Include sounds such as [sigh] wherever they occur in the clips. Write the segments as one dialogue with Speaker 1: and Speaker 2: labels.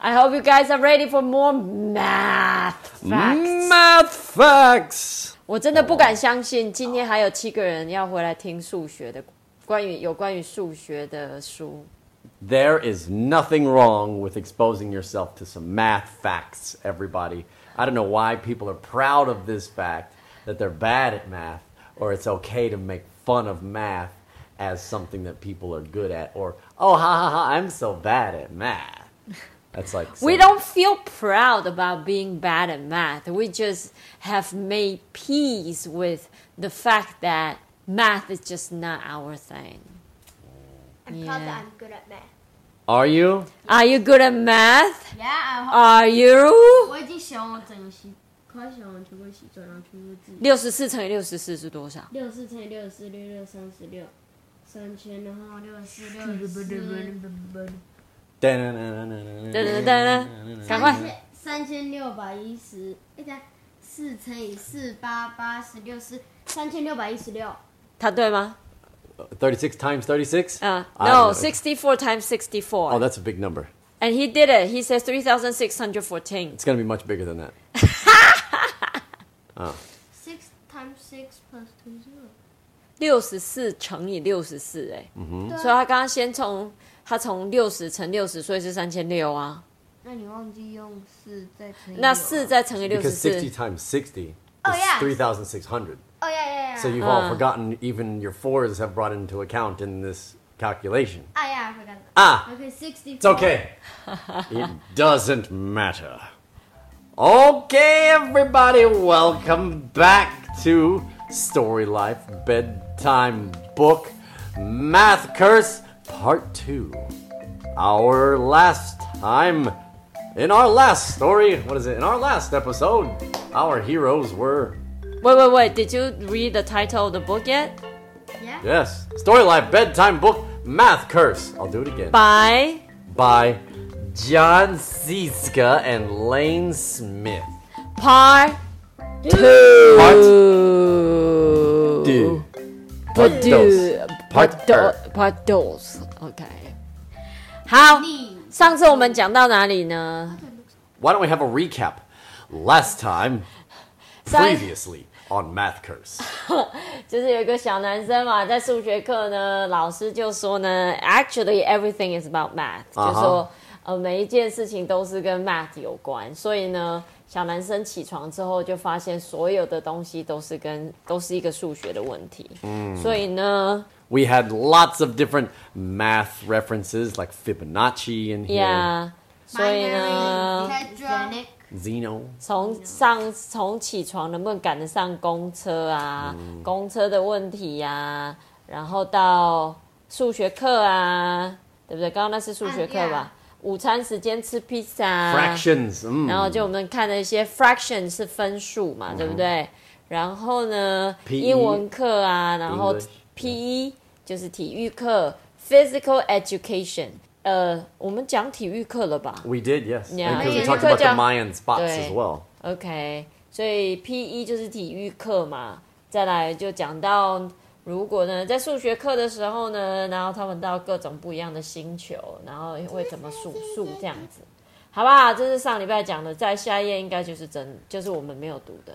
Speaker 1: I hope you guys are ready for more math facts.
Speaker 2: Math facts，
Speaker 1: 我真的不敢相信，今天还有七个人要回来听数学的，关于有关于数学的书。
Speaker 2: there is nothing wrong with exposing yourself to some math facts, everybody. I don't know why people are proud of this fact that they're bad at math, or it's okay to make fun of math as something that people are good at, or, oh, ha ha ha, I'm so bad at math. That's like,
Speaker 1: We
Speaker 2: some-
Speaker 1: don't feel proud about being bad at math. We just have made peace with the fact that math is just not our thing.
Speaker 3: I'm proud
Speaker 1: Yeah.
Speaker 3: that I'm good at math.
Speaker 2: Are you?
Speaker 1: Are you good at math?
Speaker 4: Yeah, I hope.
Speaker 1: Are you?
Speaker 4: 我已经写完整习，快写完全部习作，然后全部自己。
Speaker 1: 六十四乘以六十四是多少？
Speaker 4: 六四乘以六十四，六六三十六，三千，然后六四六十四，
Speaker 1: 噔噔噔噔，赶快！
Speaker 4: 三千六百一十，哎等一下，四乘以四八八十六是三千六百一十六，
Speaker 1: 它对吗？
Speaker 2: 36 times 36?
Speaker 1: 啊、
Speaker 2: I don't know.
Speaker 1: No，sixty-four times sixty-four。
Speaker 2: Oh, that's a big number.
Speaker 1: And he did it. He says 3,614.
Speaker 2: It's going to be much bigger than that.
Speaker 3: Six times six plus two zero.
Speaker 1: 六十四乘以六十四，哎，
Speaker 2: Mm-hmm.
Speaker 1: 所以他刚刚先从他从六十乘六十，所以是三千六啊。
Speaker 4: 那你忘记用四再乘以
Speaker 1: 那四再乘以六十
Speaker 2: Because 60
Speaker 1: 四，
Speaker 2: times 60 is
Speaker 3: Oh, yeah.
Speaker 2: 3,600.
Speaker 4: 哦
Speaker 3: Oh yeah, yeah, yeah.
Speaker 2: So you've all forgotten, even your fours have brought into account in this calculation.
Speaker 4: 啊
Speaker 3: Ah yeah, I forgot. That.
Speaker 2: Ah,
Speaker 4: Okay, sixty.
Speaker 2: it's okay. it doesn't matter. Okay, everybody, welcome back to Story Life Bedtime Book Math Curse Part 2. Our last time, in our last story, what is it? In our last episode, our heroes were
Speaker 1: wait wait wait, did you read the title of the book yet?
Speaker 2: Yes. Story Life Bedtime Book Math Curse. I'll do it again.
Speaker 1: By
Speaker 2: By John Ziska and Lane Smith.
Speaker 1: part two.
Speaker 2: Two.
Speaker 1: Part two.
Speaker 2: Part Er.
Speaker 1: two. Part two. OK. 好，上次我们讲到哪里呢？
Speaker 2: Why don't we have a recap? Last time,
Speaker 1: 上一
Speaker 2: previously on Math Curse.
Speaker 1: 就是有一个小男生嘛，在数学课呢，老师就说呢，actually everything is about math，、
Speaker 2: 啊哈
Speaker 1: 就说呃每一件事情都是跟 math 有关，所以呢，小男生起床之后就发现所有的东西都是跟都是一个数学的问题，嗯，所以呢
Speaker 2: We had lots of different math references like Fibonacci in here.
Speaker 1: ，yeah，所以呢，
Speaker 4: Tetra.
Speaker 2: Zeno.
Speaker 1: 从上从起床能不能赶得上公车啊，公车的问题呀、然后到数学课啊，对不对？刚刚那是数学课吧？午餐时间吃披萨啊
Speaker 2: Fractions. mm.
Speaker 1: 然后就我们看了一些 fraction 是分数嘛，对不对？然后呢，
Speaker 2: PE
Speaker 1: 英文课啊，然后
Speaker 2: English，
Speaker 1: PE 就是体育课，physical education，呃，我们讲体育课了吧？
Speaker 2: We did, yes.
Speaker 1: Yeah.
Speaker 2: Because we
Speaker 3: Yeah.
Speaker 2: talked about the
Speaker 1: Yeah.
Speaker 2: Mayan spots as
Speaker 1: Yeah.
Speaker 2: well.
Speaker 1: OK，所以 PE 就是体育课嘛。再来就讲到，如果呢在数学课的时候呢，然后他们到各种不一样的星球，然后会怎么数数这样子，好不好？这是上礼拜讲的，在下一页应该就是真，就是我们没有读的。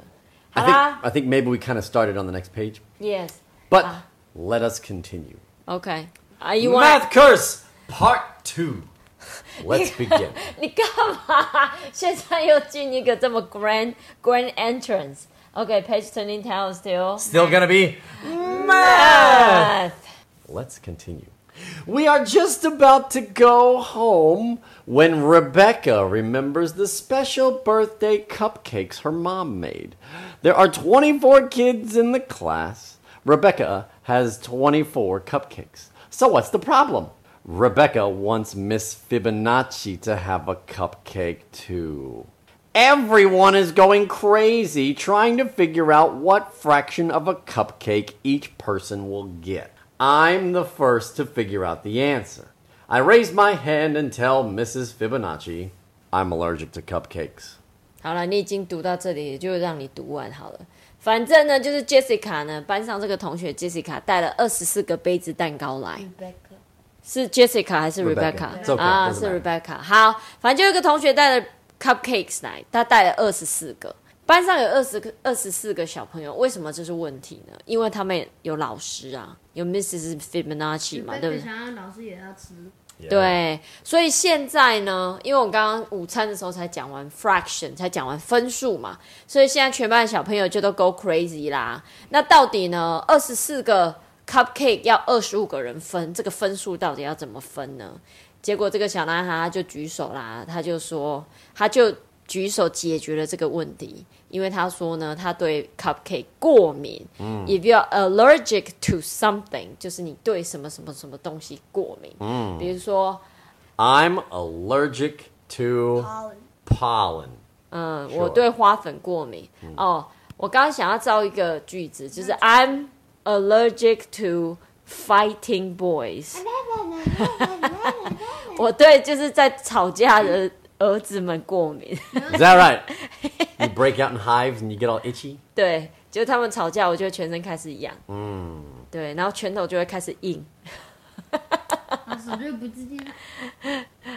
Speaker 1: 好
Speaker 2: I think,
Speaker 1: 啦
Speaker 2: I think maybe we kind of started on the next page,
Speaker 1: ，Yes，OK，Are、
Speaker 2: but
Speaker 1: Ah.
Speaker 2: let us continue.
Speaker 1: Okay. Are you want？
Speaker 2: Math Curse Part 2. [laughs] Let's begin.
Speaker 1: [laughs] 你干嘛？现在又进一个这么 grand grand entrance？OK，page、turning down still
Speaker 2: Still gonna be math.
Speaker 1: math。
Speaker 2: Let's continue. We are just about to go home when Rebecca remembers the special birthday cupcakes her mom made. There are 24 kids in the class. Rebecca has 24 cupcakes. So what's the problem? Rebecca wants Miss Fibonacci to have a cupcake too. Everyone is going crazy trying to figure out what fraction of a cupcake each person will get. I'm the first to figure out the answer. I raise my hand and tell Mrs. Fibonacci I'm allergic to cupcakes.
Speaker 1: 好了，你已经读到这里，就让你读完好了。反正呢，就是 Jessica 呢，班上这个同学 Jessica 带了二十四个杯子蛋糕来是 Jessica 还是
Speaker 2: Rebecca，
Speaker 1: Rebecca
Speaker 2: it's okay，
Speaker 1: 啊？
Speaker 2: doesn't
Speaker 1: 是
Speaker 2: matter
Speaker 1: Rebecca。好，反正就有一个同学带了 cupcakes 来，他带了二十四个。班上有二十个二十四个小朋友，为什么这是问题呢？因为他们有老师啊，有 Mrs. Fibonacci 嘛，对不对？
Speaker 4: 想让老师也
Speaker 1: [laughs]
Speaker 4: 要吃，
Speaker 2: Yeah.
Speaker 1: 对，所以现在呢，因为我刚刚午餐的时候才讲完 fraction，才讲完分数嘛，所以现在全班的小朋友就都 go crazy 啦。那到底呢，二十四个 cupcake 要二十五个人分，这个分数到底要怎么分呢？结果这个小男孩他就举手啦，他就说，他就举手解决了这个问题，因为他说呢，他对 cupcake 过敏。嗯，if you are allergic to something，就是你对什么什么什么东西过敏。嗯，比如说，
Speaker 2: I'm allergic to pollen.
Speaker 1: 嗯，
Speaker 2: Sure
Speaker 1: 我对花粉过敏。哦，我刚刚想要造一个句子，就是 I'm allergic to fighting boys。我对就是在吵架的儿子们过敏。 [laughs]
Speaker 2: Is that right? you break out in hives and you get all itchy.
Speaker 1: 对，就是他们吵架，我就会全身开始痒。嗯，对，然后拳头就会开始硬。
Speaker 4: 他手就不自禁。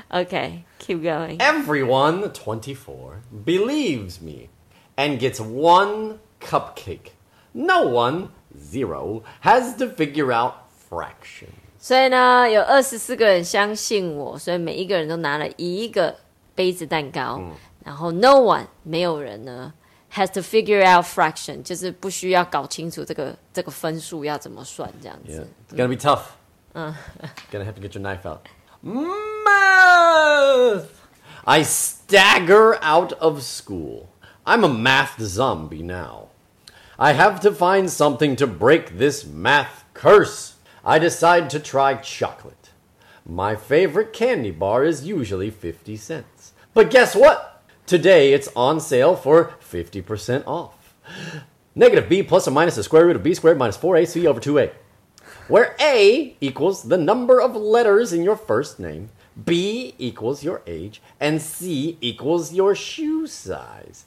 Speaker 1: OK，keep、going。
Speaker 2: Everyone, 24, believes me and gets one cupcake. No one, zero, has to figure out fraction.
Speaker 1: 所以呢，有二十四个人相信我，所以每一个人都拿了一个杯子蛋糕。然后 no one 没有人呢 has to figure out fraction，就是不需要搞清楚这个这个分数要怎么算这样
Speaker 2: Yeah.
Speaker 1: 子。
Speaker 2: It's gonna be tough. gonna have to get your knife out. Math! I stagger out of school. I'm a math zombie now. I have to find something to break this math curse. I decide to try chocolate. My favorite candy bar is usually 50 cents. But guess what? Today it's on sale for 50% off. Negative b plus or minus the square root of b squared minus 4ac over 2a where A equals the number of letters in your first name, B equals your age, and C equals your shoe size.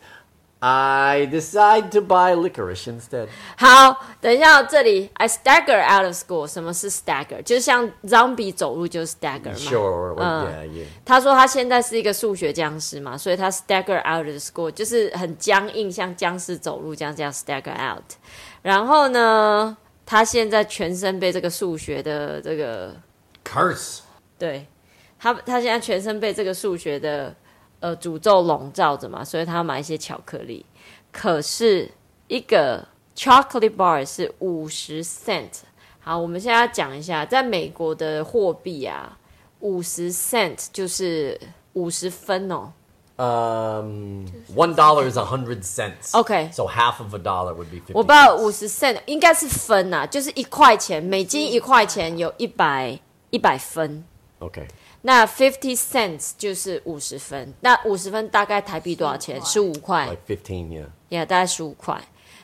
Speaker 2: I decide to buy licorice instead.
Speaker 1: 好，等一下，这里 I stagger out of school，什么是 stagger？就像 zombie 走路就是 stagger 嘛。
Speaker 2: Sure, well,
Speaker 1: 嗯
Speaker 2: yeah, yeah.
Speaker 1: 他说他现在是一个数学僵尸嘛，所以他 stagger out of school 就是很僵硬，像僵尸走路这样这样 stagger out。然后呢，他现在全身被这个数学的这个
Speaker 2: Curse.
Speaker 1: 对他，他现在全身被这个数学的呃诅咒笼罩着嘛，所以他要买一些巧克力。可是一个 chocolate bar 是五十 cent。好，我们现在要讲一下，在美国的货币啊，五十 cent 就是五十分哦。
Speaker 2: Um, one dollar is a hundred cents.
Speaker 1: Okay.
Speaker 2: So half of a dollar would be fifty.
Speaker 1: 我不知道五十 cent 应该是分呐、就是一块钱，美金一块钱有一百一百分。
Speaker 2: Okay.
Speaker 1: 那 fifty cents 就是五十分，那五十分大概台币多少钱？十五块，
Speaker 2: Like fifteen, yeah.
Speaker 1: 也、大概十五块。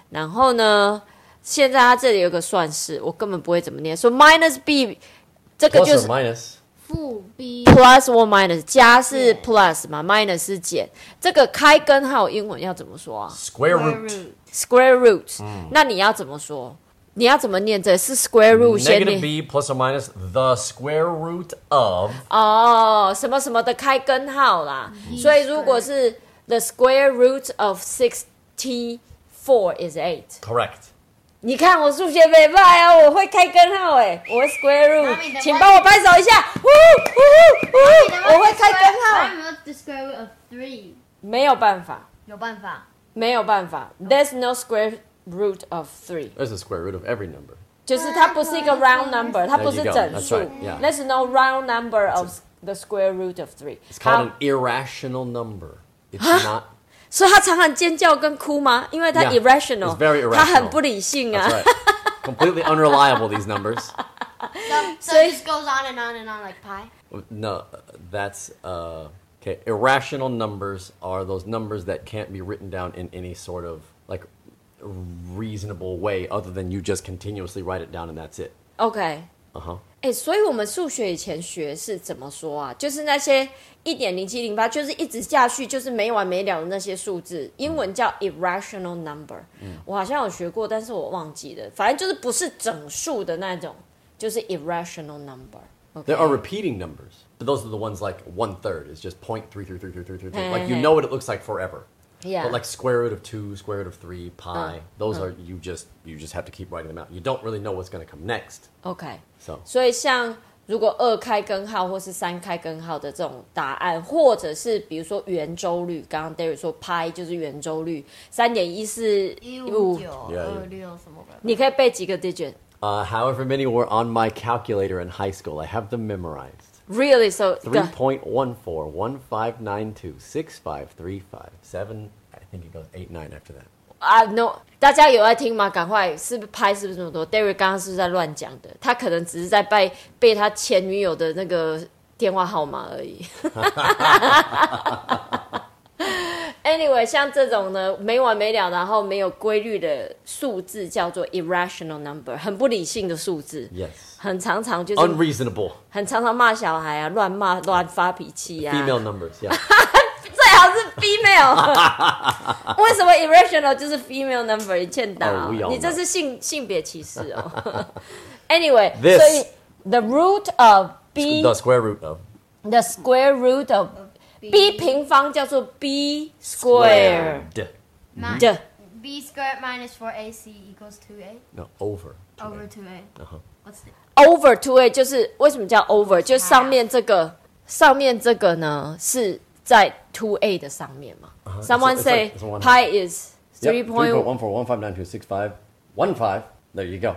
Speaker 1: 然后呢，现在它这里有个算式，我根本不会怎么念，说 minus b 这个
Speaker 2: Plus
Speaker 1: 就是
Speaker 2: or minus.
Speaker 4: 复逼
Speaker 1: plus or minus，加是 plus 嘛，minus 是减。这个开根号英文要怎么说啊
Speaker 2: Square root.
Speaker 4: root
Speaker 1: ？square root、那你要怎么说？你要怎么念这？是 square root 先
Speaker 2: 嗯 Negative
Speaker 1: 念
Speaker 2: b plus or minus the square root of
Speaker 1: 哦，什么什么的开根号啦。所以如果是 the square root of sixty four is eight，
Speaker 2: correct.
Speaker 1: 你看我数学没败哦，我会开根号哎，我会 square
Speaker 4: 妈咪
Speaker 1: root，
Speaker 4: 的
Speaker 1: 请
Speaker 4: 妈咪
Speaker 1: 帮我拍手一下，呜呜呜，我会开根号，
Speaker 4: 有没有 describe of three？
Speaker 1: 没有办法，
Speaker 4: 有办法，
Speaker 1: 没有办法，there's no square root of three，
Speaker 2: There's a square root of every number.
Speaker 1: 就是它不是一个 round number，它
Speaker 2: There
Speaker 1: 不
Speaker 2: you
Speaker 1: 是
Speaker 2: go,
Speaker 1: 整
Speaker 2: that's
Speaker 1: 数
Speaker 2: right, yeah.
Speaker 1: ，there's no round number of the square root of three，
Speaker 2: It's
Speaker 1: 好
Speaker 2: called an irrational number. It's not.
Speaker 1: 所以他常常尖叫跟哭吗？因为他
Speaker 2: Yeah,
Speaker 1: irrational，
Speaker 2: it's very irrational.
Speaker 1: 他很不理性啊。
Speaker 2: That's right. Completely unreliable, these numbers.
Speaker 4: so so it just goes on and on and on like pie。
Speaker 2: No, that's. Uh, okay, irrational numbers are those numbers that can't be written down in any sort of, like, reasonable way other than you just continuously write it down and that's it.
Speaker 1: OK，哎、
Speaker 2: Uh huh.
Speaker 1: 所以我们数学以前学是怎么说啊？就是那些一点零七零八，就是一直下去，就是没完没了的那些数字，英文叫 irrational number。我好像有学过，但是我忘记了，反正就是不是整数的那种，就是 irrational number。
Speaker 2: There are repeating numbers, but those are the ones like one third is just point three three three three three three three. Like you know what it looks like forever.
Speaker 1: Yeah.
Speaker 2: But like square root of two, square root of three,
Speaker 1: Uh,
Speaker 2: pi. those are you just you just have to keep writing them out. You don't really know what's going to come next.
Speaker 1: OK，
Speaker 2: So
Speaker 1: 所以像如果二开根号或是三开根号的这种答案，或者是比如说圆周率，刚刚 Derry 说派就是圆周率，三点一四
Speaker 4: 一
Speaker 1: 一
Speaker 4: 五
Speaker 1: 五，
Speaker 4: 九
Speaker 2: Yeah,
Speaker 4: 二六什么的。
Speaker 1: 你可以背几个 digit？Really?
Speaker 2: uh, however many were on my calculator in high school, I have them memorized.
Speaker 1: So
Speaker 2: Three point one four one five nine two six five three five seven. I think it goes eight nine after that.
Speaker 1: 啊、no，大家有在听吗？赶快，是不是拍？是不是这么多？Derry 刚刚是不是在乱讲的？他可能只是在背背他前女友的那个电话号码而已。Anyway，像这种呢没完没了，然后没有规律的数字叫做 irrational number，很不理性的数字
Speaker 2: Yes.
Speaker 1: 很常常就是
Speaker 2: Unreasonable
Speaker 1: 很常常骂小孩啊，乱骂乱发脾气啊呀、
Speaker 2: female numbers. Yeah.
Speaker 1: 最好是 female。为
Speaker 2: [laughs]
Speaker 1: 什么 irrational 就是 female number？你欠打、
Speaker 2: 哦，we all
Speaker 1: 啊你这是性性别歧视哦。anyway，
Speaker 2: This-
Speaker 1: 所以 the root of b
Speaker 2: the square root of
Speaker 1: the square root of
Speaker 4: B
Speaker 1: b 平方叫做 b square
Speaker 2: squared.
Speaker 3: Mi-
Speaker 1: 的
Speaker 3: B squared minus 4AC equals 2A.
Speaker 2: No, over.
Speaker 3: Over 2A.
Speaker 2: Uh-huh.
Speaker 3: What's the
Speaker 1: over two a 就是为什么叫 over？就上面这个上面这个呢是在 two a 的上面嘛。
Speaker 2: 啊 it's
Speaker 1: Someone
Speaker 2: like-
Speaker 1: say
Speaker 2: it's like one
Speaker 1: pi is three
Speaker 2: Yep,
Speaker 1: point
Speaker 2: one four one five nine two six five one five. There you go.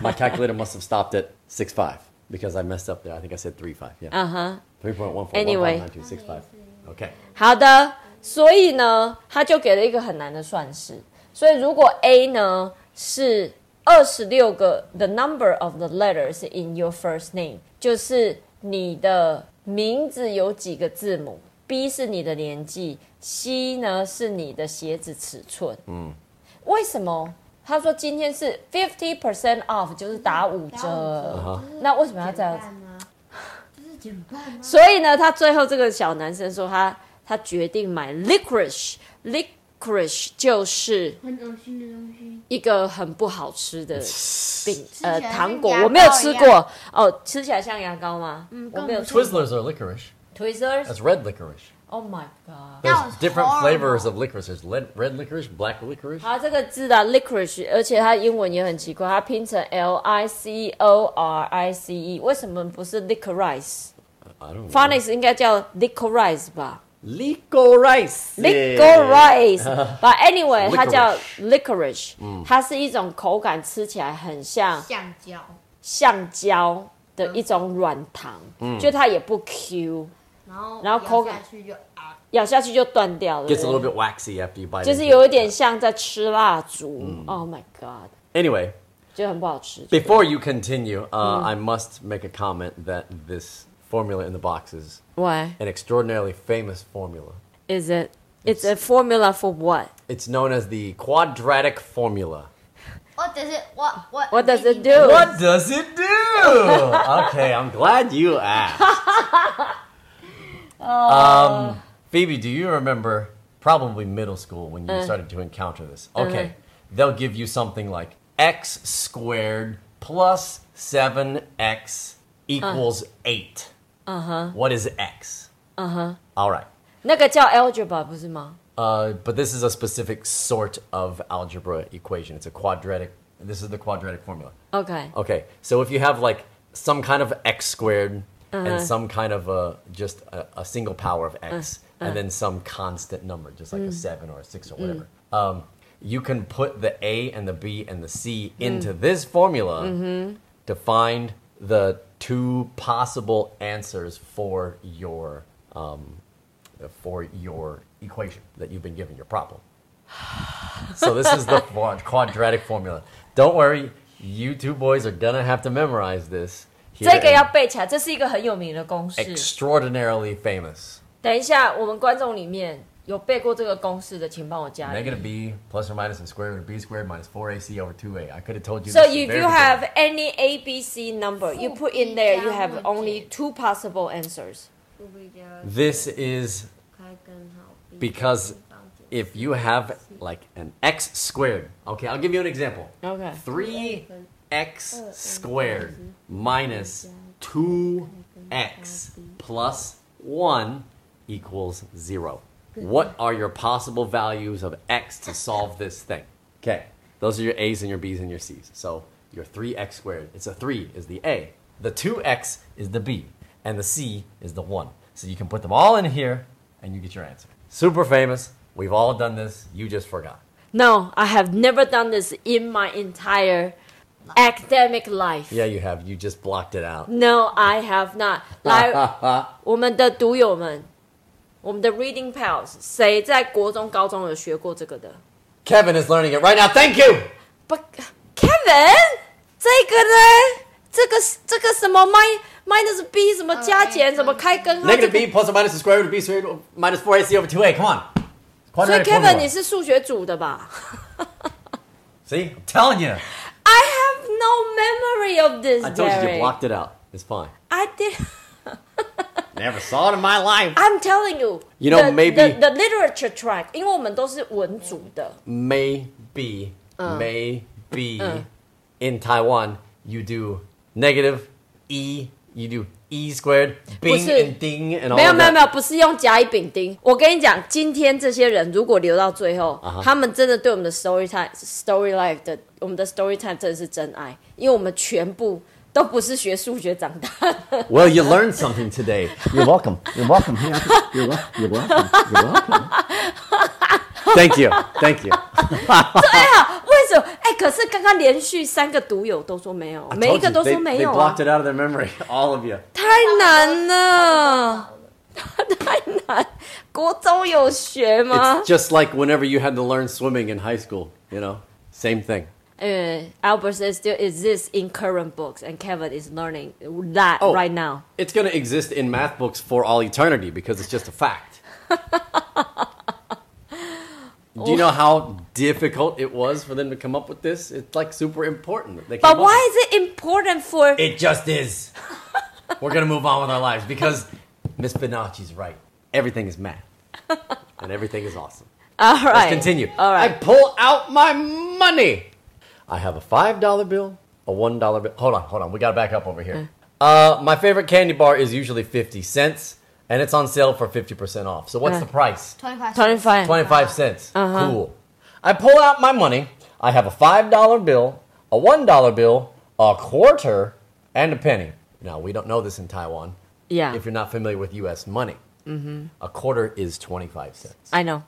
Speaker 2: My calculator must have stopped at six five because I messed up there. I think I said three five. Yeah.
Speaker 4: Ah.
Speaker 1: uh huh。
Speaker 2: Three point one four
Speaker 1: Anyway.
Speaker 2: one five nine two six five. Okay.
Speaker 1: 好的，所以呢，他就给了一个很难的算式。所以如果 A 呢是二十六个 the number of the letters in your first name，就是你的名字有几个字母。B 是你的年纪，C 呢是你的鞋子尺寸。嗯，为什么？他说今天是 fifty percent off，就是打五折。
Speaker 2: Uh-huh.
Speaker 1: 那为什么要这样子？
Speaker 4: 吗？就是减半吗？
Speaker 1: 所以呢，他最后这个小男生说他他决定买 licorice，licorice 就是
Speaker 4: 很恶心的东西。
Speaker 1: 一个很不好吃
Speaker 2: 嗯
Speaker 1: 的饼
Speaker 4: 起来
Speaker 1: 呃
Speaker 4: 像
Speaker 1: 糖果，
Speaker 4: 牙膏
Speaker 1: 我没有吃
Speaker 4: 一
Speaker 1: 过哦，吃起来像牙膏吗？嗯，我
Speaker 4: 更
Speaker 1: 没有
Speaker 4: 不
Speaker 1: 吃过。
Speaker 2: Twizzlers are licorice.
Speaker 1: Twizzlers。
Speaker 2: That's red licorice.
Speaker 1: Oh my god！
Speaker 2: There's
Speaker 4: was
Speaker 2: different
Speaker 4: horrible. Ah.
Speaker 2: flavors of licorice. There's red, red licorice, black licorice.
Speaker 1: 好，这个字啊，licorice，而且它英文也很奇怪，它拼成 L I C O R I C E，为什么不是 licorice？Phonics
Speaker 2: I don't know.
Speaker 1: 应该叫 licorice 吧？
Speaker 2: Licorice.
Speaker 1: [laughs] licorice。But anyway，它叫 licorice，它嗯是一种口感吃起来很像
Speaker 4: 橡胶。
Speaker 1: 橡胶的一种软糖，就它也不 Q，
Speaker 4: 然后
Speaker 1: 然后口
Speaker 4: 咬
Speaker 1: 感
Speaker 4: 下去就啊，
Speaker 1: 咬下去就断掉了。
Speaker 2: Gets a
Speaker 1: 对不
Speaker 2: little
Speaker 1: 对
Speaker 2: bit waxy after you bite
Speaker 1: 就是
Speaker 2: into
Speaker 1: 有一
Speaker 2: it.
Speaker 1: 点像在吃蜡烛。Oh my god，
Speaker 2: Anyway,
Speaker 1: 就很不好吃。
Speaker 2: before you continue,
Speaker 4: Mm.
Speaker 2: uh, I must make a comment that this formula in the box is
Speaker 1: Why
Speaker 2: an extraordinarily famous formula.
Speaker 1: is it? It's a formula for what?
Speaker 2: It's known as the quadratic formula.
Speaker 3: What does it, what, what?
Speaker 1: What does it
Speaker 3: making-
Speaker 1: do?
Speaker 2: What does it do? [laughs] okay, I'm glad you [laughs] asked. Um, Phoebe, do you remember probably middle school when you started to encounter this? Okay, they'll give you something like x squared plus 7x equals 8. Uh huh. What is x? Uh huh. All right.
Speaker 1: 那个叫 algebra 不是吗？
Speaker 2: Uh, but this is a specific sort of algebra equation. It's a quadratic. This is the quadratic formula.
Speaker 1: OK，
Speaker 2: Okay, so if you have like some kind of x squared and some kind of a just a, a single power of x, and then some constant number, just like a seven or a six or whatever, um, you can put the a and the b and the c into this formula to find the two possible answers for your um, for your equation that you've been given your
Speaker 1: [sighs]
Speaker 2: problem. So this is the quad- quadratic formula. Don't worry, you two boys are gonna have to memorize this. Here
Speaker 1: 这个要
Speaker 2: and
Speaker 1: 背起来，这是一个很有名的公式。
Speaker 2: extraordinarily famous.
Speaker 1: 等一下，我们观众里面有背过这个公式的，请帮我加一。
Speaker 2: Negative b plus or minus the square root of b squared minus 4ac over 2a. I could have told you.
Speaker 1: So if
Speaker 2: this at the
Speaker 1: you
Speaker 2: very
Speaker 1: have any ABC number, you put in there, you have
Speaker 4: 负比加论解
Speaker 1: only two possible answers.
Speaker 4: 不比较
Speaker 2: beginning. This is
Speaker 4: 开根号。
Speaker 2: because if you have like an x squared. Okay, I'll give you an example.
Speaker 1: Okay.
Speaker 2: 3x squared minus 2x plus 1 equals 0. What are your possible values of x to solve this thing? Okay, those are your a's and your b's and your c's. So your 3x squared, it's a 3 is the a, the 2x is the b, and the c is the 1. So you can put them all in here and you get your answer. Super famous. We've all done this. You just forgot.
Speaker 1: No, I have never done this in my entire academic life.
Speaker 2: Yeah, you have. You just blocked it out.
Speaker 1: No, I have not.来，
Speaker 2: [laughs]
Speaker 1: 我们的读友们，我们的 reading pals，谁在国中、高中有学过这个的
Speaker 2: Kevin is learning it right now. Thank you.
Speaker 1: 不，Kevin，这个呢？这个这个什么 min minus b 什么加减，
Speaker 3: 嗯
Speaker 1: 什么开根号？这
Speaker 2: Negative
Speaker 1: 个
Speaker 2: b plus or minus the square root of b squared minus 4ac over 2a. Come on.
Speaker 1: 所以
Speaker 2: Quadratic
Speaker 1: Kevin，
Speaker 2: formula.
Speaker 1: 你是数学组的吧
Speaker 2: See? I'm telling you.
Speaker 1: ？I have no memory of this.
Speaker 2: I told you you
Speaker 1: Derek.
Speaker 2: blocked it out. It's fine.
Speaker 1: I did.
Speaker 2: Never saw it in my life.
Speaker 1: I'm telling you.
Speaker 2: You know,
Speaker 1: the,
Speaker 2: maybe-
Speaker 1: the, the literature track，因为我们都是文组的。
Speaker 2: Maybe, maybe in Taiwan, you do negative e, you do e squared, bing
Speaker 1: 不是。
Speaker 2: and ding and all
Speaker 1: 没有
Speaker 2: of
Speaker 1: 没有
Speaker 2: that.
Speaker 1: 没有，不是用甲乙丙丁。我跟你讲，今天这些人如果留到最后
Speaker 2: 啊哈
Speaker 1: 他们真的对我们的 story time、story life 的我们的 story time 真的是真爱，因为我们全部都不是学数学长大
Speaker 2: [laughs]
Speaker 1: 的。
Speaker 2: Well, you learned something today.
Speaker 5: You're welcome. [laughs] You're welcome. Hey, I- you're, wel- you're welcome. You're welcome.
Speaker 2: Thank you. Thank you.
Speaker 1: 对啊，为什么？哎，可是刚刚连续三个读友都说没
Speaker 2: 啊
Speaker 1: 有，每一个都
Speaker 2: Told you,
Speaker 1: 说
Speaker 2: they,
Speaker 1: 没
Speaker 2: they
Speaker 1: 有啊
Speaker 2: blocked，it out of their memory, [laughs] all of you.
Speaker 1: 太难了， [laughs] 太难。国中有学吗
Speaker 2: It's？just like whenever you had to learn swimming in high school, you know, same thing.
Speaker 1: 嗯，Albert says still exists in current books, and Kevin is learning that
Speaker 2: Oh.
Speaker 1: right now.
Speaker 2: It's going to exist in math books for all eternity because it's just a fact. Do you know how difficult it was for them to come up with this? It's like super important. that They came
Speaker 1: But
Speaker 2: up with
Speaker 1: why is it important for?
Speaker 2: It It just is. [laughs] We're going to move on with our lives because Miss Benacci's right. Everything is math, and everything is awesome.
Speaker 1: All right.
Speaker 2: Let's continue.
Speaker 1: All
Speaker 2: I
Speaker 1: right.
Speaker 2: pull out my money. I have a five dollar bill, a one dollar bill. Hold on, hold on. We gotta back up over here. Uh, my favorite candy bar is usually fifty cents, and it's on sale for fifty percent off. So what's
Speaker 1: Uh.
Speaker 2: the price?
Speaker 3: 25.
Speaker 1: 25.
Speaker 2: Twenty five cents.
Speaker 1: Uh-huh.
Speaker 2: Cool. I pull out my money. I have a five dollar bill, a one dollar bill, a quarter, and a penny. Now we don't know this in Taiwan.
Speaker 1: Yeah. Mm-hmm.
Speaker 2: If you're not familiar with U.S. money, a quarter is twenty five cents.
Speaker 1: I know.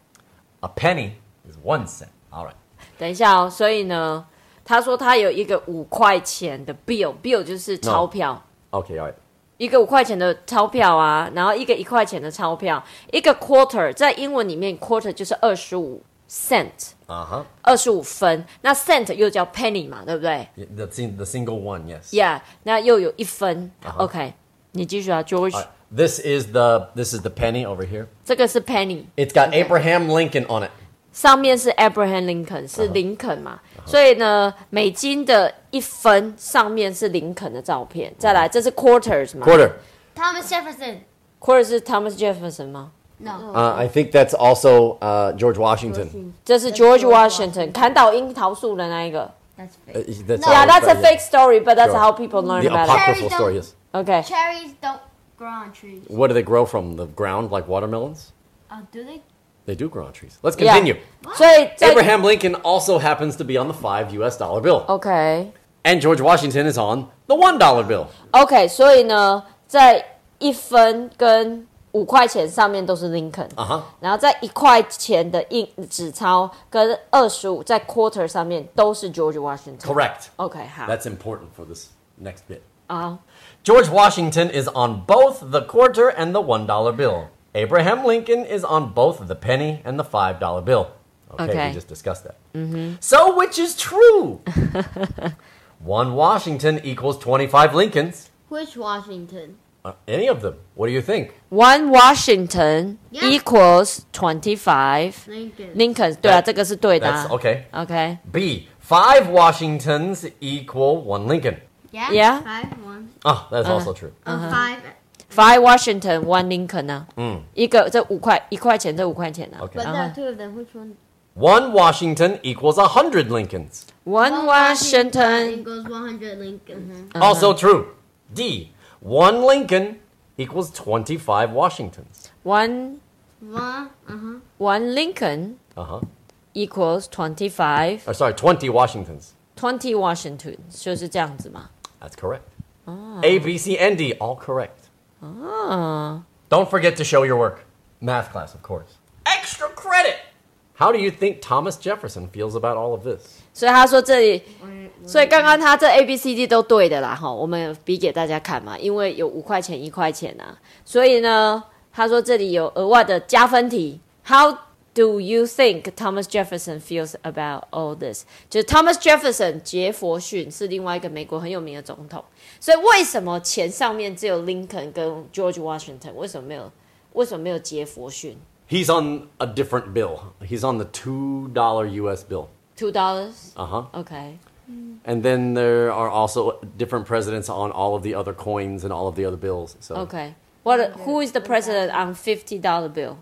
Speaker 2: A penny is one cent. All right.
Speaker 1: 等一下哦，所以呢，他说他有一个五块钱的 bill，bill 就是钞票
Speaker 2: Okay, all right.
Speaker 1: 一个五块钱的钞票啊，然后一个一块钱的钞票，一个 quarter 在英文里面 quarter 就是二十五 cent，
Speaker 2: Uh huh.
Speaker 1: 二十五分，那 cent 又叫 penny 嘛，对不对
Speaker 2: The, sing- the single one, yes.
Speaker 1: ？Yeah，那又有一分。
Speaker 2: 啊哈
Speaker 1: OK，你继续啊，George，、
Speaker 2: All right. This is the this is the penny over here.
Speaker 1: 这个是 penny。
Speaker 2: It's got Abraham Lincoln on it.
Speaker 1: 上面是 Abraham Lincoln，是
Speaker 2: 嗯
Speaker 1: 林肯嘛所以呢，美金的一分上面是林肯的照片。再来，这是 quarters 吗
Speaker 2: 嗯 Quarter.
Speaker 3: Thomas Jefferson.
Speaker 1: quarter 是 Thomas Jefferson 吗？
Speaker 4: No，
Speaker 2: Uh, I think that's also uh, George Washington.
Speaker 1: 这是
Speaker 4: George
Speaker 1: George Washington 砍倒樱桃树的那一个。
Speaker 4: that's
Speaker 2: Uh,
Speaker 4: fake.
Speaker 2: that's
Speaker 1: Yeah,
Speaker 2: all-
Speaker 1: that's a fake story, but that's
Speaker 2: Sure.
Speaker 1: how people learn
Speaker 2: The
Speaker 1: about it.
Speaker 2: apocryphal
Speaker 4: Cherry
Speaker 2: story
Speaker 4: don't-
Speaker 2: is.
Speaker 1: Okay.
Speaker 4: Cherries don't grow on trees.
Speaker 2: What do they grow from? The ground, like watermelons?
Speaker 4: Oh, do they?
Speaker 2: They do grow on trees. Let's
Speaker 1: Yeah.
Speaker 2: continue.
Speaker 1: 所以在
Speaker 2: Abraham Lincoln also happens to be on the five U.S. dollar bill,
Speaker 1: Oh. OK
Speaker 2: and George Washington is on the one dollar bill.
Speaker 1: OK，所以呢，在一分跟五块钱上面都是林肯。
Speaker 2: Uh huh.
Speaker 1: 然后在一块钱的硬纸钞跟二十五在 quarter 上面都是 George Washington。
Speaker 2: Correct.
Speaker 1: OK，好
Speaker 2: That's important for this next bit.
Speaker 1: 啊
Speaker 2: George Washington is on both the quarter and the one dollar bill. Abraham Lincoln is on both the penny and the five dollar bill. Okay,
Speaker 1: Okay.
Speaker 2: we just discussed that. Mm-hmm. So, which is true? one Washington equals twenty-five Lincolns.
Speaker 4: Which Washington?
Speaker 2: Uh, any of them? What do you think?
Speaker 1: ，One Washington
Speaker 4: Yeah.
Speaker 1: equals twenty five
Speaker 4: Lincoln.
Speaker 1: Lincoln。对啊，
Speaker 2: That-
Speaker 1: 这个是对的啊。
Speaker 2: That's okay.
Speaker 1: OK
Speaker 2: B. Five Washingtons equal one Lincoln.
Speaker 4: Yeah.
Speaker 1: Yeah. Uh-huh.
Speaker 4: Five one.
Speaker 2: Ah, that's also true.
Speaker 4: Oh, Five.
Speaker 1: five Washington one Lincoln 呢？嗯，一个这五块一块钱，这五块钱啊呢
Speaker 2: OK
Speaker 4: But there
Speaker 1: 然
Speaker 4: are
Speaker 1: 后
Speaker 4: two of them. Which one?
Speaker 2: One Washington equals a hundred Lincolns.
Speaker 1: One Washington Mm-hmm.
Speaker 4: equals 100 Lincoln.
Speaker 2: Also true. D. One Lincoln equals 25 Washingtons.
Speaker 1: One
Speaker 4: 哇，嗯哼，
Speaker 1: one Lincoln
Speaker 2: Uh huh.
Speaker 1: equals twenty five
Speaker 2: Or sorry, 20 Washingtons.
Speaker 1: twenty Washington，就是这样子嘛。
Speaker 2: That's correct. A, B, C, and D, all correct.
Speaker 1: 嗯，
Speaker 2: Don't forget to show your work. Math class, of course. Extra credit! How do you think Thomas Jefferson feels about all of this?
Speaker 1: 所以他说这里，
Speaker 4: 我
Speaker 1: 所以刚刚他这 A B C D 都对的啦，哈，我们比给大家看嘛，因为有五块钱一块钱啊，所以呢，他说这里有额外的加分题。How do you think Thomas Jefferson feels about all this？就是 Thomas Jefferson 杰佛逊是另外一个美国很有名的总统，所以为什么钱上面只有 Lincoln 跟 George Washington，为什么没有为什么没有杰佛逊
Speaker 2: He's on a different bill. He's on the $2 US bill.
Speaker 1: ？Two dollars，OK，、
Speaker 2: Uh huh.
Speaker 1: OK
Speaker 2: And then there are also different presidents on all of the other coins and all of the other bills. So
Speaker 1: Okay. What? Who is the president on fifty dollar bill?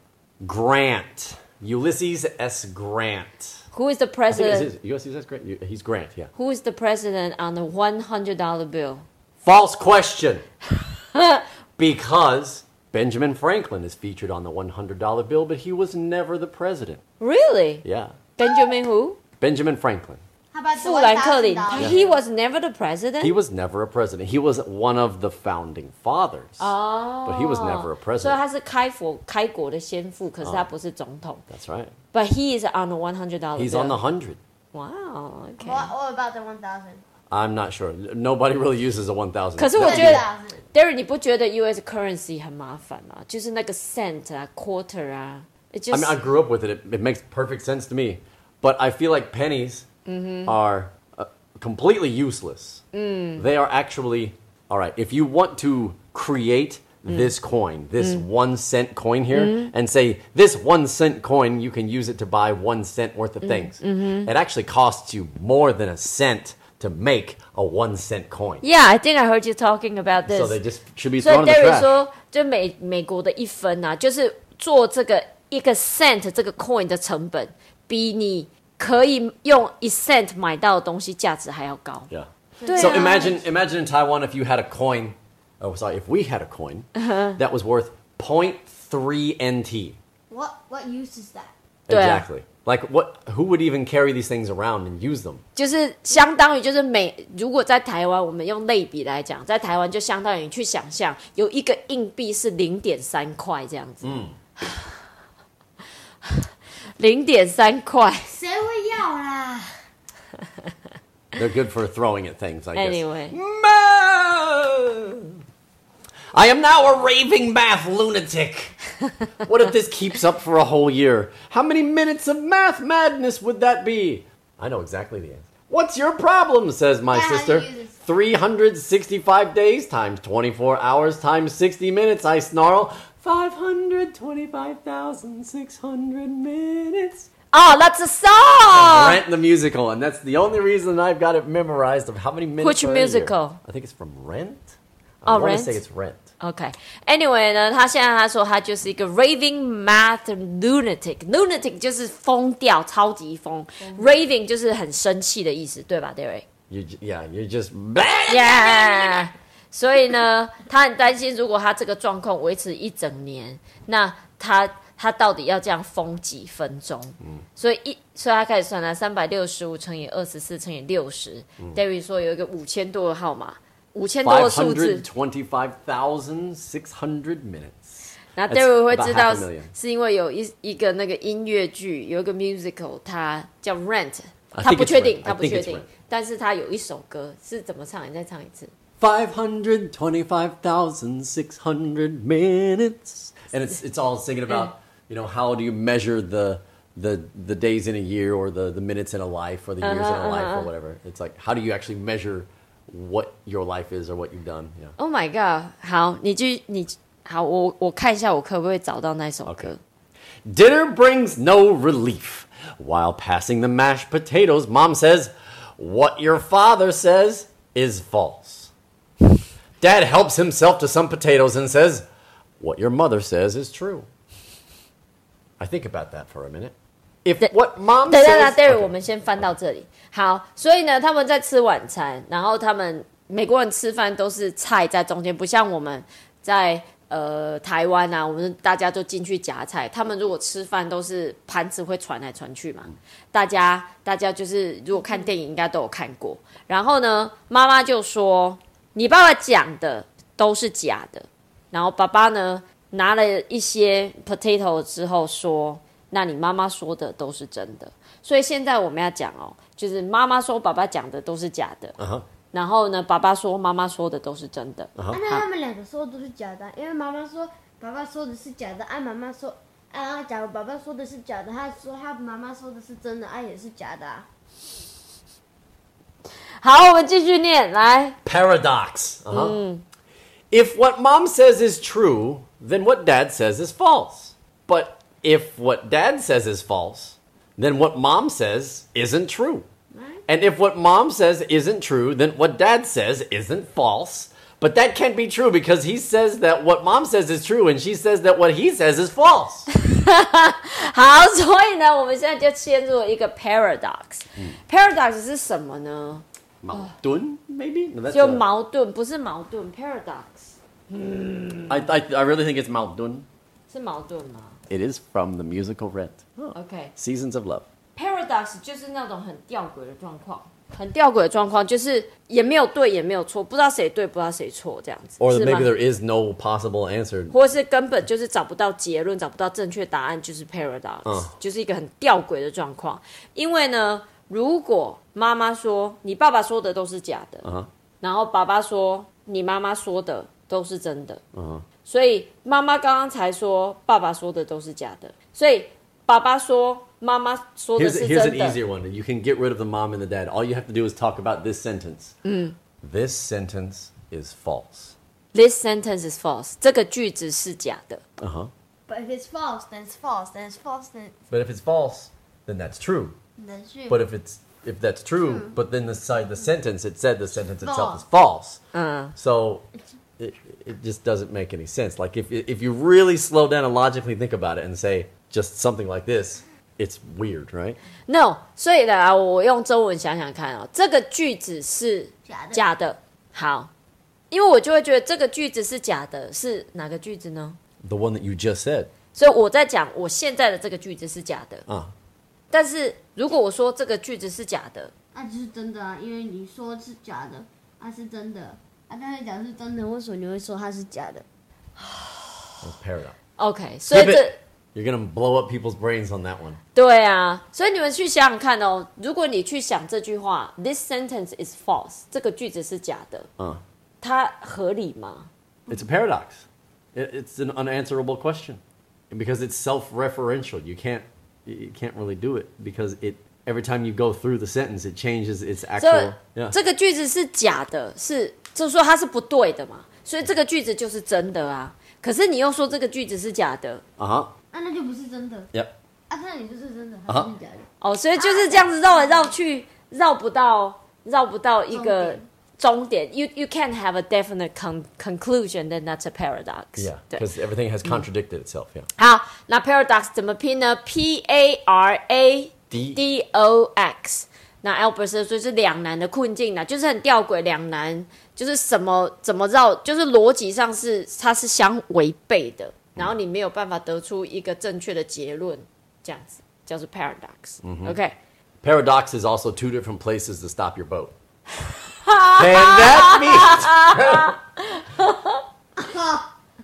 Speaker 2: Grant, Ulysses S. Grant.
Speaker 1: Who is the
Speaker 2: I think it's
Speaker 1: president?
Speaker 2: his- Ulysses S. Grant. You- He's Grant. Yeah.
Speaker 1: Who is the president on the one hundred dollar bill?
Speaker 2: False question. because Benjamin Franklin is featured on the one hundred dollar bill, but he was never the president.
Speaker 1: Really?
Speaker 2: Yeah,
Speaker 1: Benjamin who?
Speaker 2: Benjamin Franklin.
Speaker 4: 他把
Speaker 1: 富兰克林。
Speaker 4: 他
Speaker 1: He was never the president.
Speaker 2: He was never a president. He was one of the founding fathers.
Speaker 1: 哦
Speaker 2: But he was never
Speaker 1: 所
Speaker 2: a
Speaker 1: 以 Oh.
Speaker 2: president. Oh.
Speaker 1: 他是开佛开国的先父，可是他不是总统。
Speaker 2: That's right.
Speaker 1: But he is on the one hundred dollar.
Speaker 2: He's on the hundred.
Speaker 1: Wow. Okay.
Speaker 3: What, what about the 1,000?
Speaker 2: I'm not sure. Nobody really uses a one thousand.
Speaker 1: 可是我觉得
Speaker 3: 1,000.
Speaker 1: Darren，你不觉得 U.S. currency 很麻烦吗？就是那个 cent 啊，quarter 啊，it
Speaker 2: I
Speaker 1: just
Speaker 2: mean, I grew up with it. it. It makes perfect sense to me. But I feel like pennies are uh, completely useless. They are actually, all right, if you want to create this coin, this one cent coin here, and say, this one cent coin, you can use it to buy one cent worth of things. It actually costs you more than a cent to make a one cent coin.
Speaker 1: Yeah, I think I heard you talking about this.
Speaker 2: So they just should be
Speaker 1: 所以
Speaker 2: thrown in the
Speaker 1: Derry
Speaker 2: trash.
Speaker 1: 说，就美美国的一分啊，就是做这个一个 cent 这个 coin 的成本，比你可以用一 cent 买到的东西价值还要高。啊
Speaker 2: Yeah.
Speaker 1: Yeah.
Speaker 2: So
Speaker 1: Yeah.
Speaker 2: imagine imagine in Taiwan if you had a coin, oh sorry, if we had a coin
Speaker 1: Uh-huh.
Speaker 2: that was worth 0.3 NT.
Speaker 4: What what use is that？
Speaker 1: Yeah.
Speaker 2: Exactly. Like what who would even carry these things around and use them?
Speaker 1: 就是相当于就是每如果在台湾，我们用类比来讲，在台湾就相当于你去想象有一个硬币是零点三块这样子，嗯，零点三块。
Speaker 4: 谁会要啦？
Speaker 2: They're good for throwing at things, I guess.
Speaker 1: Anyway.
Speaker 2: Ma- I am now a raving math lunatic.
Speaker 4: [laughs]
Speaker 2: what if this keeps up for a whole year? How many minutes of math madness would that be? I know exactly the answer. What's your problem? says my
Speaker 4: Yeah, how do
Speaker 2: sister.
Speaker 4: you do this?
Speaker 2: 365 days times 24 hours times 60 minutes, I snarl. 525,600 minutes.
Speaker 1: 哦、t h a t s a song。
Speaker 2: Rent the musical, and that's the only reason I've got it memorized of how many minutes.
Speaker 1: Which
Speaker 2: are in here.
Speaker 1: musical?
Speaker 2: I think it's from Rent.
Speaker 1: Oh,
Speaker 2: I wanna
Speaker 1: Rent?
Speaker 2: say it's Rent.
Speaker 1: OK，Anyway、呢，他现在他说他就是一个 raving math lunatic，lunatic 就是疯掉，超级疯、r a v i n g 就是很生气的意思，对吧，Derek？Yeah，
Speaker 2: You, j- yeah, you're just blah.
Speaker 1: [laughs] 所以呢，他很担心，如果他这个状况维持一整年，那他他到底要这样疯几分钟？所以一，所以他开始算了，三百六十五乘以二十四乘以六十、d e r r y 说有一个五千多的号码，五千多的数字。
Speaker 2: 525,600 minutes.
Speaker 1: 然后
Speaker 2: It's
Speaker 1: Daryl 会知
Speaker 2: about
Speaker 1: 道
Speaker 2: half a million.
Speaker 1: 是因为有一一个那个音乐剧，有一个 musical，它叫 Rent，
Speaker 2: I
Speaker 1: 他
Speaker 2: think
Speaker 1: 不
Speaker 2: it's
Speaker 1: 确定
Speaker 2: Rent. I，
Speaker 1: 他不
Speaker 2: think
Speaker 1: 确
Speaker 2: it's
Speaker 1: 定
Speaker 2: Rent.，
Speaker 1: 但是他有一首歌是怎么唱？你再唱一次。
Speaker 2: 525,600 minutes. And it's, it's all singing about, you know, how do you measure the, the, the days in a year or the, the minutes in a life or the years in a life or whatever. It's like, how do you actually measure what your life is or what you've done? Yeah.
Speaker 1: Oh my god！好，你去你好，我我看一下我可不可以找到那首歌。
Speaker 2: Okay. Dinner brings no relief. While passing the mashed potatoes, mom says, What your father says is false. Dad helps himself to some potatoes and says, What your mother says is true. I think about that for a minute. If
Speaker 1: Th-
Speaker 2: what mom
Speaker 1: 等
Speaker 2: says.
Speaker 1: 等等，待会
Speaker 2: Okay.
Speaker 1: 我们先翻到这里。好，所以呢，他们在吃晚餐，然后他们美国人吃饭都是菜在中间，不像我们在呃台湾啊，我们大家都进去夹菜。他们如果吃饭都是盘子会传来传去嘛，大家大家就是如果看电影应该都有看过。然后呢，妈妈就说：“你爸爸讲的都是假的。”然后爸爸呢拿了一些 potato 之后说：“那你妈妈说的都是真的。”所以现在我们要讲哦，就是妈妈说爸爸讲的都是假的，
Speaker 2: Uh-huh.
Speaker 1: 然后呢，爸爸说妈妈说的都是真的。
Speaker 4: 啊，那他们两个说的都是假的啊，因为妈妈说爸爸说的是假的，啊，妈妈说啊，假如爸爸说的是假的，他说他妈妈说的是真的，啊，也是假的啊。
Speaker 1: 好，我们继续念来。
Speaker 2: Paradox. Uh-huh. If what mom says is true, then what dad says is false. But if what dad says is false, then what mom says isn't true. And if what mom says isn't true, then what dad says isn't false. But that can't be true because he says that what mom says is true and she says that what he says is false.
Speaker 1: 好，所以呢，我们现在就陷入了一个 paradox。paradox 是什么呢？
Speaker 2: Dun, maybe? No, that's
Speaker 1: 就
Speaker 2: a-
Speaker 1: 矛盾，不是矛盾，paradox
Speaker 2: I, I, I really think it's Mao Dun.
Speaker 1: 是矛盾吗
Speaker 2: It is from the musical Rent, Seasons of Love.
Speaker 1: ？OK，paradox、就是那种很吊诡的状况，很吊诡的状况，就是也没有对，也没有错，不知道谁对，不知道谁错，这样子。
Speaker 2: Or
Speaker 1: 是
Speaker 2: that
Speaker 1: 吗
Speaker 2: maybe there is no possible answer.
Speaker 1: 或是根本就是找不到结论，找不到正确答案，就是 paradox，、
Speaker 2: 嗯
Speaker 1: 就是一个很吊诡的状况。因为呢，如果妈妈说你爸爸说的都是假的，
Speaker 2: 嗯哼
Speaker 1: 然后爸爸说你妈妈说的都是真的，
Speaker 2: 嗯
Speaker 1: 所以妈妈刚刚才说爸爸说的都是假的，所以爸爸说妈妈说的
Speaker 2: Here's,
Speaker 1: 是
Speaker 2: here's
Speaker 1: 真
Speaker 2: an
Speaker 1: 的。
Speaker 2: easier one. You can get rid of the mom and the dad. All you have to do is talk about this sentence. This sentence is false.
Speaker 1: This sentence is false，这个句子是假的。
Speaker 2: Uh huh.
Speaker 3: But if it's false, then it's false. Then it's false. Then
Speaker 2: But if it's false, then that's true.
Speaker 3: then it's true.
Speaker 2: But if it's if that's true, but then the side the sentence it said the sentence itself
Speaker 3: False.
Speaker 2: is false.
Speaker 1: 嗯，
Speaker 2: So it, it just doesn't make any sense. Like if if you really slow down and logically think about it and say just something like this, it's weird, right?
Speaker 1: No，所以呢，啊我用中文想想看哦，这个句子是
Speaker 3: 假的
Speaker 1: 假的。好，因为我就会觉得这个句子是假的，是哪个句子呢？
Speaker 2: The one that you just said.
Speaker 1: 所以我在讲我现在的这个句子是假的，
Speaker 2: Uh,
Speaker 1: 但是如果我说这个句子是假的，
Speaker 4: 那、就是真的啊，因为你说是假的，啊是真的，啊但是讲是真的，为什么你会说它是假的？
Speaker 2: that's paradox.
Speaker 1: OK，所以
Speaker 2: Flip it
Speaker 1: 这
Speaker 2: You're gonna blow up people's brains on that one.
Speaker 1: 对啊，所以你们去想想看哦，如果你去想这句话，This sentence is false，这个句子是假的，
Speaker 2: Uh,
Speaker 1: 它合理吗？
Speaker 2: it's a paradox. It, it's an unanswerable question, and because it's self-referential, you can't you- you can't really do it because it every time you go through the sentence, it changes its
Speaker 1: 这
Speaker 2: actual. Yeah.
Speaker 1: 这个句子是假的，是就是说它是不对的嘛，所以这个句子就是真的啊。可是你又说这个句子是假的
Speaker 2: Uh huh.
Speaker 4: 啊那就不是真的，
Speaker 2: Yep.
Speaker 4: 啊那你就是真的，它就是假的。
Speaker 1: 哦，所以就是这样子绕来绕去，绕不到绕不到一个终点。You you can't have a definite con conclusion, then that's a paradox.
Speaker 2: Yeah.
Speaker 1: 对。
Speaker 2: Because everything has contradicted itself. Yeah.
Speaker 1: 好，那 paradox 怎么拼呢？P A R A
Speaker 2: D-
Speaker 1: D O X。那 Albert 说就是两难的困境呢，就是很吊诡，两难就是什么怎么绕，就是逻辑上是它是相违背的，然后你没有办法得出一个正确的结论，这样子叫做 paradox。OK，
Speaker 2: Paradox is also two different places to stop your boat. Can that be?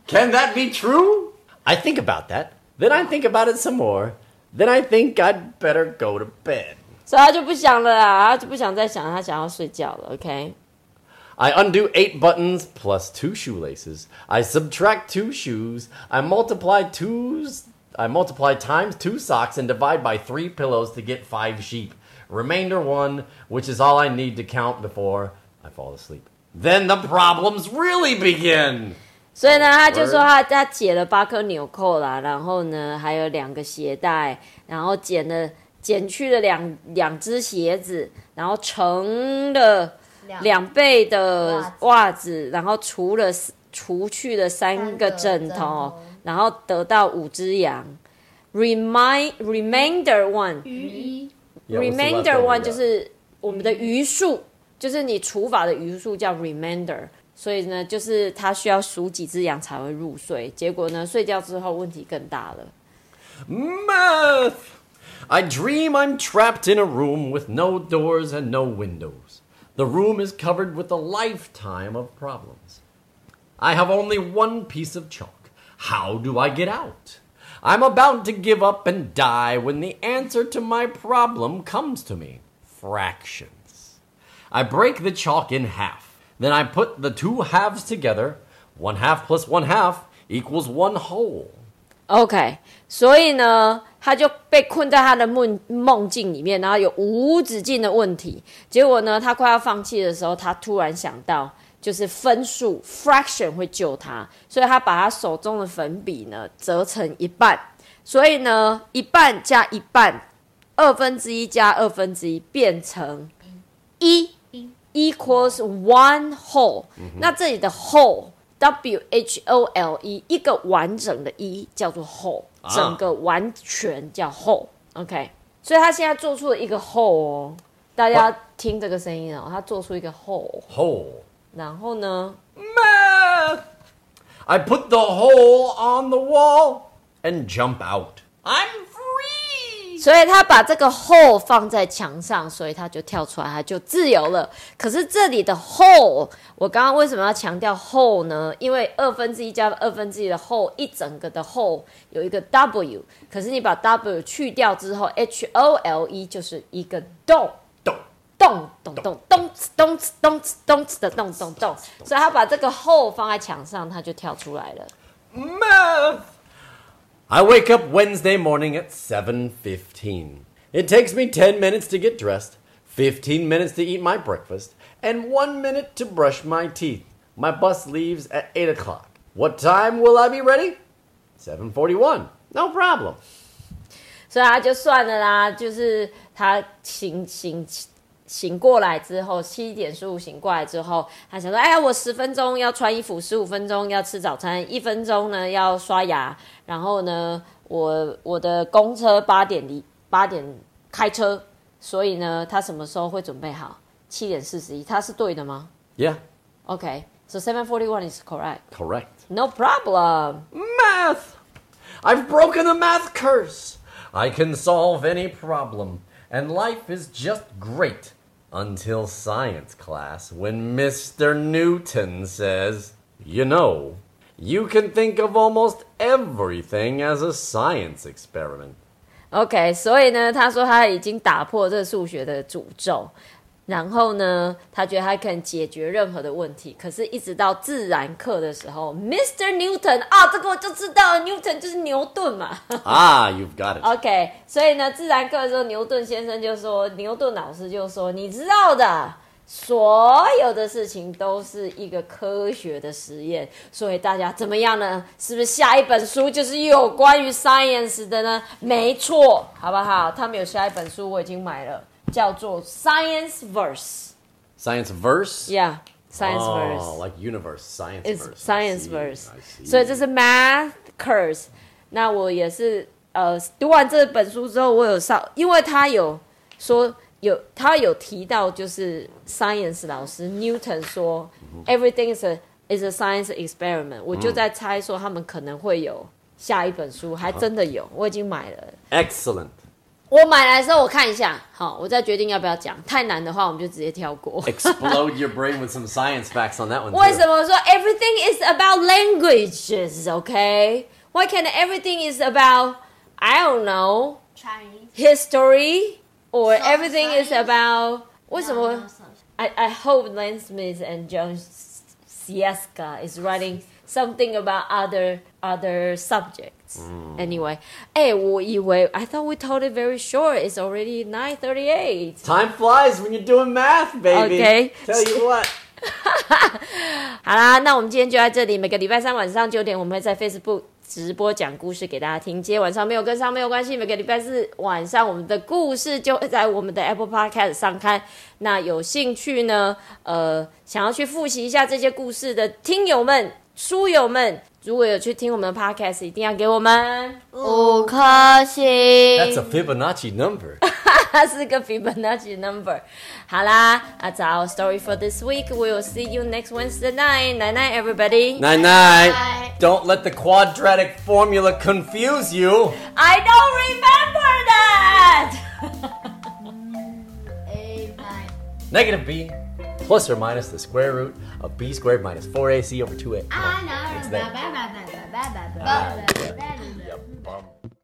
Speaker 2: Can that be true? I think about that. Then I think about it some more. Then I think I'd better go to bed.
Speaker 1: 所以他就不想了啦，他就不想再想，他想要睡觉了。OK，
Speaker 2: I undo eight buttons plus two shoelaces. I subtract two shoes. I multiply twos. I multiply times two socks and divide by three pillows to get five sheep. Remainder one, which is all I need to count before I fall asleep. Then the problems really begin.
Speaker 1: 所以呢，他就说他他解了八颗纽扣啦，然后呢还有两个鞋带，然后剪了剪去了两两只鞋子，然后乘了
Speaker 3: 两
Speaker 1: 两倍的
Speaker 3: 袜子
Speaker 1: 袜子，然后除了除去了三个枕
Speaker 3: 三个枕
Speaker 1: 头
Speaker 3: 头，
Speaker 1: 然后得到五只羊。Remind remainder one
Speaker 4: 鱼一
Speaker 2: Yeah, what's the left
Speaker 1: remainder
Speaker 2: over
Speaker 1: one
Speaker 2: got?
Speaker 1: 就是我们的余数，就是你除法的余数叫 remainder，所以呢，就是它需要数几只羊才会入睡。结果呢，睡觉之后问题更大了。
Speaker 2: Math! I dream I'm trapped in a room with no doors and no windows. The room is covered with a lifetime of problems. I have only one piece of chalk. How do I get out? I'm about to give up and die when the answer to my problem comes to me fractions. I break the chalk in half. Then I put the two halves together. One half plus one half equals one whole.
Speaker 1: OK，所以呢，他就被困在他的梦梦境里面，然后有无止境的问题。结果呢，他快要放弃的时候，他突然想到，就是分数 fraction 会救他，所以他把他手中的粉笔呢折成一半，所以呢，一半加一半，二分之一加二分之一变成一 E equals one whole、那这里的 whole w h o l e 一个完整的一叫做 whole，、
Speaker 2: 啊
Speaker 1: 整个完全叫 whole。OK，所以他现在做出了一个 whole 哦，大家要听这个声音哦，他做出一个 whole，
Speaker 2: Whole.
Speaker 1: 然后呢，
Speaker 2: Math! I put the hole on the wall and jump out. I'm free!
Speaker 1: 所以他把这个 hole 放在墙上，所以他就跳出来，他就自由了。可是这里的 hole，我刚刚为什么要强调 hole 呢？因为二分之一加二分之一的 hole，一整个的 hole 有一个 w，可是你把 w 去掉之后，h o l e 就是一个洞。
Speaker 2: Don't.
Speaker 1: 咚咚咚咚哧咚哧咚哧咚哧的咚咚咚，所以他把这个 hole 放在墙上，他就跳出来了。
Speaker 2: Math! I wake up Wednesday morning at 7:15. It takes me 10 minutes to get dressed, 15 minutes to eat my breakfast, and 1 minute to brush my teeth. My bus leaves at 8 o'clock. What time will I be ready? 7:41. No problem.
Speaker 1: 所以他就算了啦，就是他醒醒醒过来之后，七点十五醒过来之后，他想说，哎呀，我十分钟要穿衣服，十五分钟要吃早餐，一分钟呢要刷牙，然后呢，我我的公车八点离八点开车，所以呢，他什么时候会准备好？七点四十一，他是对的吗
Speaker 2: Yeah,
Speaker 1: ？OK，so、seven forty one is correct.
Speaker 2: correct.
Speaker 1: No problem.
Speaker 2: Math! I've broken the math curse! I can solve any problem, and life is just great until science class when Mr. Newton says, You know, you can think of almost everything as a science experiment.
Speaker 1: OK，所以呢，他说他已经打破这数学的诅咒，然后呢，他觉得他可以解决任何的问题。可是，一直到自然课的时候，Mr. Newton 啊，这个我就知道了，Newton 就是牛顿嘛。
Speaker 2: ah, you've got it.
Speaker 1: OK，所以呢，自然课的时候，牛顿先生就说，牛顿老师就说，你知道的，所有的事情都是一个科学的实验，所以大家怎么样呢？是不是下一本书就是有关于 science 的呢？没错，好不好？他们有下一本书，我已经买了，叫做 Science Verse，Yeah，Science
Speaker 2: Science
Speaker 1: Verse。
Speaker 2: verse? Oh, like universe, science
Speaker 1: is
Speaker 2: verse.
Speaker 1: science
Speaker 2: I see,
Speaker 1: verse，
Speaker 2: I see.
Speaker 1: 所以这是 math curse。那我也是呃，读完这本书之后，我有上，因为他有说有他有提到，就是 science 老师 Newton 说、everything
Speaker 2: 嗯
Speaker 1: is a is a science experiment，我就在猜说他们可能会有下一本书，还真的
Speaker 2: 嗯
Speaker 1: 有，我已经买了。
Speaker 2: Excellent.
Speaker 1: 我买来的时候我看一下，好，我再决定要不要讲。太难的话，我们就直接跳过。 [laughs]
Speaker 2: Explode your brain with some science facts on that one.
Speaker 1: 为
Speaker 2: too.
Speaker 1: 什么说 everything is about languages？OK？Why、can't everything is about I don't know
Speaker 3: Chinese.
Speaker 1: history or
Speaker 3: Some
Speaker 1: everything is
Speaker 3: science.
Speaker 1: about？为
Speaker 3: No,
Speaker 1: 什
Speaker 3: no,
Speaker 1: 么
Speaker 3: some-
Speaker 1: I I hope Lance Smith and John Sieska is writing something about other other subjects. Anyway，哎，我以为 I thought we told it very short. It's already nine thirty eight.
Speaker 2: Time flies when you're doing math, baby.
Speaker 1: Okay.
Speaker 2: Tell you what.
Speaker 1: 好啦，那我们今天就在这里。每个礼拜三晚上九点，我们会在 Facebook 直播讲故事给大家听。今天晚上没有跟上没有关系，每个礼拜四晚上我们的故事就会在我们的 Apple Podcast 上看。那有兴趣呢，呃，想要去复习一下这些故事的听友们、书友们，如果有去听我们的 Podcast，一定要给我们。
Speaker 3: 五颗星。
Speaker 2: That's a Fibonacci number.
Speaker 1: 它是个 Fibonacci number。好啦，That's our story for this week. We will see you next Wednesday night. Night night, everybody.
Speaker 2: [laughs] Night night. Don't let the quadratic formula confuse you.
Speaker 1: I don't remember that. [laughs]
Speaker 2: Negative b plus or minus the square root of b squared minus 4ac over 2a.
Speaker 4: I know.
Speaker 2: It's that.
Speaker 4: Ba- ba- ba- ba- ba- ba- ba- ba- ba- ba- ba-
Speaker 2: Yeah, bum.